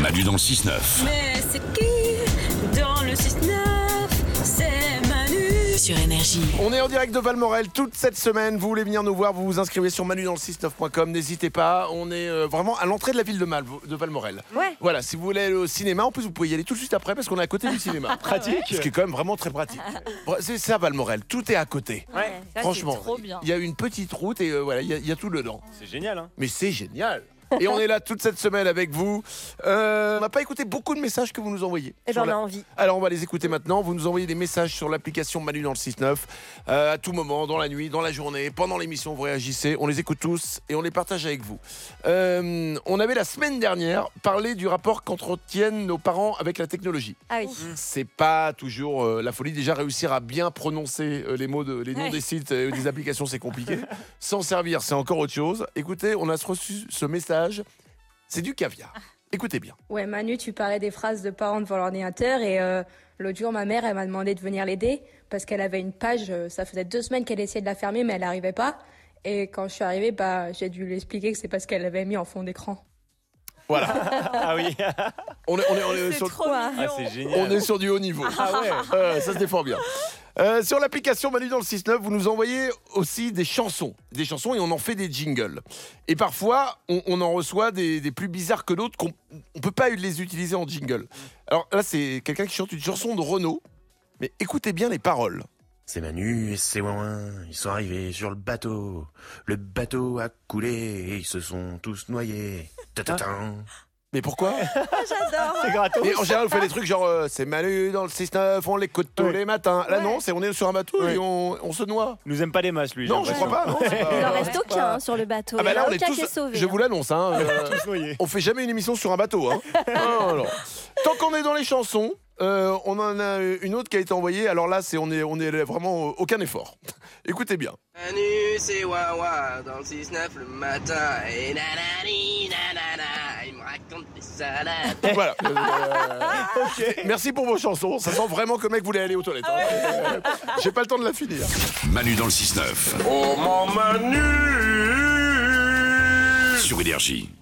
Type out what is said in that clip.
Manu dans le 6-9. Mais c'est qui dans le 6-9 C'est Manu. sur énergie. On est en direct de Valmorel toute cette semaine. Vous voulez venir nous voir, vous vous inscrivez sur manudanssistef.com. N'hésitez pas. On est euh, vraiment à l'entrée de la ville de, Mal- de Valmorel. Ouais. Voilà, si vous voulez aller au cinéma, en plus vous pouvez y aller tout de suite après parce qu'on est à côté du cinéma. Ah pratique. Ce qui est quand même vraiment très pratique. Bon, C'est ça Valmorel, tout est à côté. Ça, c'est Franchement, trop bien. il y a une petite route et euh, voilà, il y, a- il y a tout dedans. C'est génial, hein Mais c'est génial. Et on est là toute cette semaine avec vous. Euh, on n'a pas écouté beaucoup de messages que vous nous envoyez. Eh ben, Sur on a la- envie. alors on va les écouter maintenant. Vous nous envoyez des messages sur l'application Manu dans le 6-9. Euh, à tout moment, dans la nuit, dans la journée, pendant l'émission, vous réagissez. On les écoute tous et on les partage avec vous. Euh, on avait la semaine dernière parlé du rapport qu'entretiennent nos parents avec la technologie. Ah oui. C'est pas toujours euh, la folie. Déjà réussir à bien prononcer euh, les mots, de, les noms Ouais. des sites et des applications, c'est compliqué. S'en servir, c'est encore autre chose. Écoutez, on a reçu ce message. C'est du caviar. Écoutez bien. Ouais, Manu, tu parlais des phrases de parents devant l'ordinateur et euh, l'autre jour, ma mère, elle m'a demandé de venir l'aider parce qu'elle avait une page, euh, ça faisait deux semaines qu'elle essayait de la fermer, mais elle n'arrivait pas. Et quand je suis arrivée, bah, j'ai dû lui expliquer que c'est parce qu'elle l'avait mis en fond d'écran. Voilà. Ah oui, On est, on est- on est sur le- ah, c'est génial. On est sur du haut niveau. Euh, ça se défend bien. Euh, sur l'application Manu dans le 6-9, vous nous envoyez aussi des chansons. Des chansons et on en fait des jingles. Et parfois, on, on en reçoit des, des plus bizarres que d'autres qu'on ne peut pas les utiliser en jingle. Alors là, c'est quelqu'un qui chante une chanson de Renault. Mais écoutez bien les paroles. C'est Manu et c'est Wawan, ils sont arrivés sur le bateau. Le bateau a coulé et ils se sont tous noyés. Ta-ta-tan. Mais pourquoi Ah, C'est gratos. Mais en général, on fait des trucs genre euh, c'est Manu dans le 6-9, on l'écoute tous Ouais. les matins. Là, Ouais. non, c'est on est sur un bateau Ouais. et on, on se noie. Nous aime pas les masses, lui. Non, je crois pas. non, c'est pas- Il en reste aucun hein, sur le bateau. Ah bah Il y là, en a on est aucun tous. qui est sauvé. Je vous l'annonce. Hein, euh, noyés. on fait jamais une émission sur un bateau. Hein. Non, non, non. Tant qu'on est dans les chansons, euh, on en a une autre qui a été envoyée. Alors là, c'est on est on est vraiment euh, aucun effort. Écoutez bien. Manu, c'est Wawa, dans le 6-9 le matin, et nanani, nanana, il me raconte des salades. Voilà. Euh, Merci pour vos chansons. Ça sent vraiment que le mec voulait aller aux toilettes. hein. Euh, J'ai pas le temps de la finir. Manu dans le 6-9. Oh mon Manu Sur Énergie.